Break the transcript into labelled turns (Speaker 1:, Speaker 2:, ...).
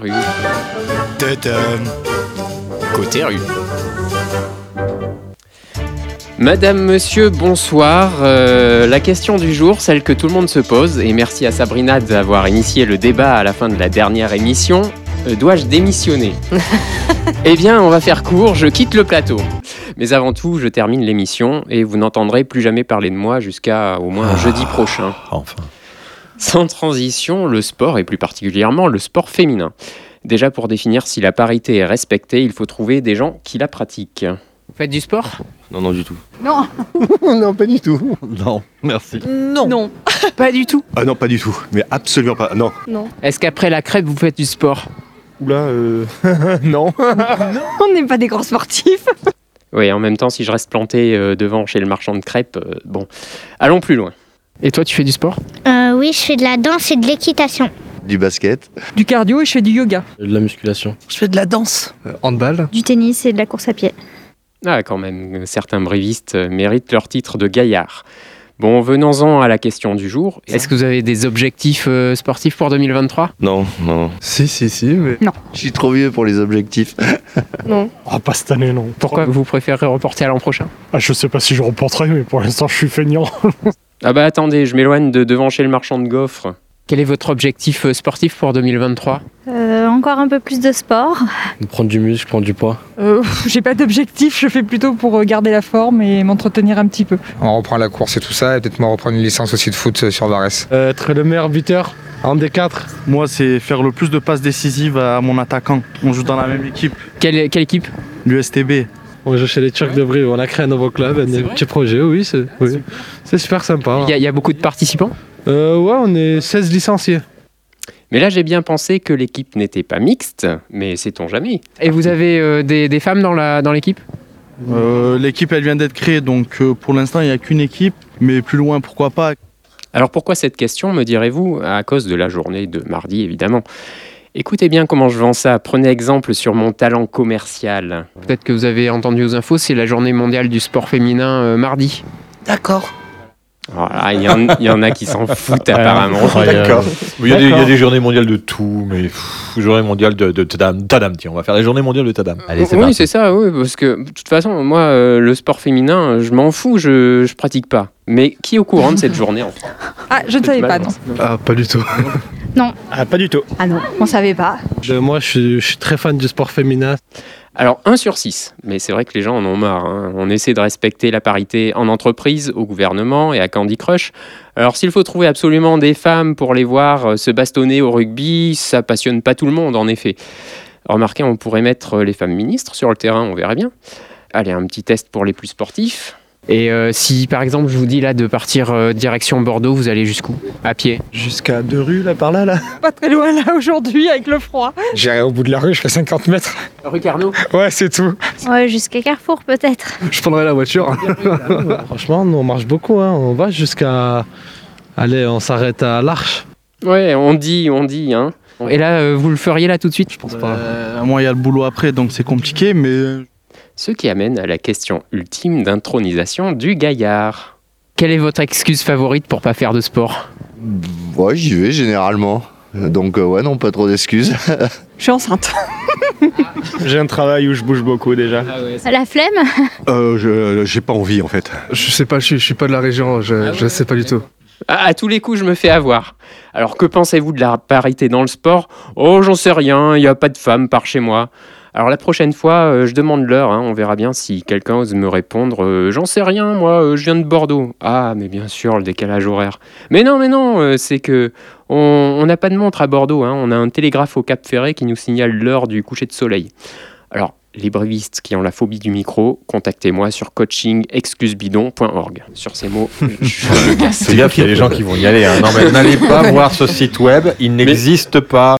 Speaker 1: Rue.
Speaker 2: Tadam.
Speaker 1: Côté rue. Madame, monsieur, bonsoir. Euh, la question du jour, celle que tout le monde se pose, et merci à Sabrina d'avoir initié le débat à la fin de la dernière émission. Euh, Dois-je démissionner Eh bien, on va faire court, je quitte le plateau. Mais avant tout, je termine l'émission et vous n'entendrez plus jamais parler de moi jusqu'à au moins
Speaker 2: Ah.
Speaker 1: jeudi prochain.
Speaker 2: Enfin.
Speaker 1: Sans transition, le sport, et plus particulièrement le sport féminin. Déjà, pour définir si la parité est respectée, il faut trouver des gens qui la pratiquent.
Speaker 3: Vous faites du sport
Speaker 4: Non, non, du tout.
Speaker 5: Non,
Speaker 2: non, pas du tout.
Speaker 4: Non, merci.
Speaker 6: Non.
Speaker 3: Non. Pas du tout.
Speaker 2: Ah non, pas du tout. Mais absolument pas. Non.
Speaker 3: Est-ce qu'après la crêpe, vous faites du sport
Speaker 2: Oula, euh... non.
Speaker 6: On n'est pas des grands sportifs.
Speaker 1: Oui, en même temps, si je reste planté euh, devant chez le marchand de crêpes, euh, bon, allons plus loin.
Speaker 3: Et toi, tu fais du sport
Speaker 7: Euh, oui, je fais de la danse et de l'équitation.
Speaker 8: du basket,
Speaker 6: Du cardio et je fais du yoga.
Speaker 4: De la musculation.
Speaker 9: Je fais de la danse.
Speaker 4: handball.
Speaker 7: Du tennis et de la course à pied.
Speaker 1: Ah, quand même, euh, certains brévistes euh, méritent leur titre de gaillard. Bon, venons-en à la question du jour.
Speaker 3: Est-ce que vous avez des objectifs euh, sportifs pour 2023
Speaker 4: Non, non.
Speaker 2: Si, si, si, mais.
Speaker 8: je suis trop vieux pour les objectifs.
Speaker 10: Ah, pas cette année, non.
Speaker 3: Pourquoi vous préférez reporter à l'an prochain
Speaker 10: ah, Je sais pas si je remporterai, mais pour l'instant, je suis feignant.
Speaker 1: Ah bah attendez, je m'éloigne de devant chez le marchand de gaufres.
Speaker 3: Quel est votre objectif euh, sportif pour 2023
Speaker 7: Euh, encore un peu plus de sport.
Speaker 4: Prendre du muscle, prendre du poids.
Speaker 6: Euh, pff, J'ai pas d'objectif, je fais plutôt pour euh, garder la forme et m'entretenir un petit peu.
Speaker 11: On reprend la course et tout ça, et peut-être moi reprendre une licence aussi de foot euh, sur Varese.
Speaker 10: être le meilleur buteur en D4.
Speaker 4: Moi, c'est faire le plus de passes décisives à mon attaquant. On joue dans la même équipe,
Speaker 3: Quelle, quelle équipe
Speaker 4: l'USTB.
Speaker 10: On joue chez les Turcs de Brive, on a créé un nouveau club,
Speaker 3: C'est
Speaker 10: un
Speaker 3: vrai
Speaker 10: petit projet, oui. C'est oui. C'est super sympa.
Speaker 3: Il y, a- il y a beaucoup de participants
Speaker 10: Euh, ouais, on est 16 licenciés.
Speaker 1: Mais là, j'ai bien pensé que l'équipe n'était pas mixte, mais sait-on jamais.
Speaker 3: Et vous avez euh, des, des femmes dans la- dans l'équipe
Speaker 4: Euh, L'équipe, elle vient d'être créée, donc euh, pour l'instant, il n'y a qu'une équipe. Mais plus loin, pourquoi pas
Speaker 1: Alors pourquoi cette question, me direz-vous À cause de la journée de mardi, évidemment. Écoutez bien comment je vends ça, prenez exemple sur mon talent commercial.
Speaker 3: Peut-être que vous avez entendu aux infos, c'est la journée mondiale du sport féminin euh, mardi.
Speaker 9: D'accord.
Speaker 1: Voilà, Ah, il y, en- il y en a qui s'en foutent apparemment.
Speaker 2: D'accord.
Speaker 10: Il y, a des journées.
Speaker 1: oui, c'est ça, oui, parce que de toute façon, moi, euh, le sport féminin, euh, je m'en fous, je, je pratique pas. Mais qui est au courant de cette journée en fait
Speaker 6: Ah, je ne savais pas, non.
Speaker 10: Ah, pas du tout.
Speaker 11: Ah, pas du tout.
Speaker 6: Ah non, on savait pas.
Speaker 10: Euh, moi, je suis, je suis très fan du sport féminin.
Speaker 1: Alors, 1 sur 6, mais c'est vrai que les gens en ont marre. hein. On essaie de respecter la parité en entreprise, au gouvernement et à Candy Crush. Alors, s'il faut trouver absolument des femmes pour les voir euh, se bastonner au rugby, ça passionne pas tout le monde, en effet. Remarquez, on pourrait mettre euh, les femmes ministres sur le terrain, on verrait bien. Allez, un petit test pour les plus sportifs.
Speaker 3: Et euh, si par exemple je vous dis là de partir euh, direction Bordeaux, vous allez jusqu'où À pied.
Speaker 10: Jusqu'à deux rues, là, par là, là.
Speaker 6: Pas très loin là aujourd'hui avec le froid.
Speaker 11: J'irai au bout de la rue, je fais 50 mètres.
Speaker 3: Rue Carnot
Speaker 11: Ouais, c'est tout.
Speaker 7: Ouais, jusqu'à Carrefour peut-être.
Speaker 10: Je prendrai la voiture. Franchement, nous, on marche beaucoup. hein. On va jusqu'à. Allez, on s'arrête à l'Arche.
Speaker 1: Ouais, on dit, on dit, hein.
Speaker 3: Et là, euh, vous le feriez là tout de suite Je pense
Speaker 4: Euh, Moi, il y a le boulot après, donc c'est compliqué, mais euh,
Speaker 1: Ce qui amène à la question ultime d'intronisation du gaillard.
Speaker 3: Quelle est votre excuse favorite pour pas faire de sport
Speaker 8: Ouais, j'y vais généralement. Donc euh, ouais, non, pas trop d'excuses.
Speaker 6: Je suis enceinte.
Speaker 10: J'ai un travail où je bouge beaucoup déjà.
Speaker 7: La flemme
Speaker 2: Euh, je- j'ai pas envie en fait.
Speaker 10: Je sais pas, je, suis- je suis pas de la région, je, je sais pas du tout.
Speaker 1: À, à tous les coups, je me fais avoir. Alors que pensez-vous de la parité dans le sport Oh, j'en sais rien, il n'y a pas de femme par chez moi. Alors la prochaine fois, euh, je demande l'heure, hein, on verra bien si quelqu'un ose me répondre euh, J'en sais rien, moi, euh, je viens de Bordeaux. Ah, mais bien sûr, le décalage horaire. Mais non, mais non, euh, c'est que on on n'a pas de montre à Bordeaux, hein, on a un télégraphe au Cap Ferré qui nous signale l'heure du coucher de soleil. Alors, les brévistes qui ont la phobie du micro, contactez-moi sur coachingexcusebidon.org. Sur ces mots, je- je me casse.
Speaker 2: hein. C'est bien qu'il y a des gens qui vont y aller. Non, mais n'allez pas voir ce site web, il n'existe pas.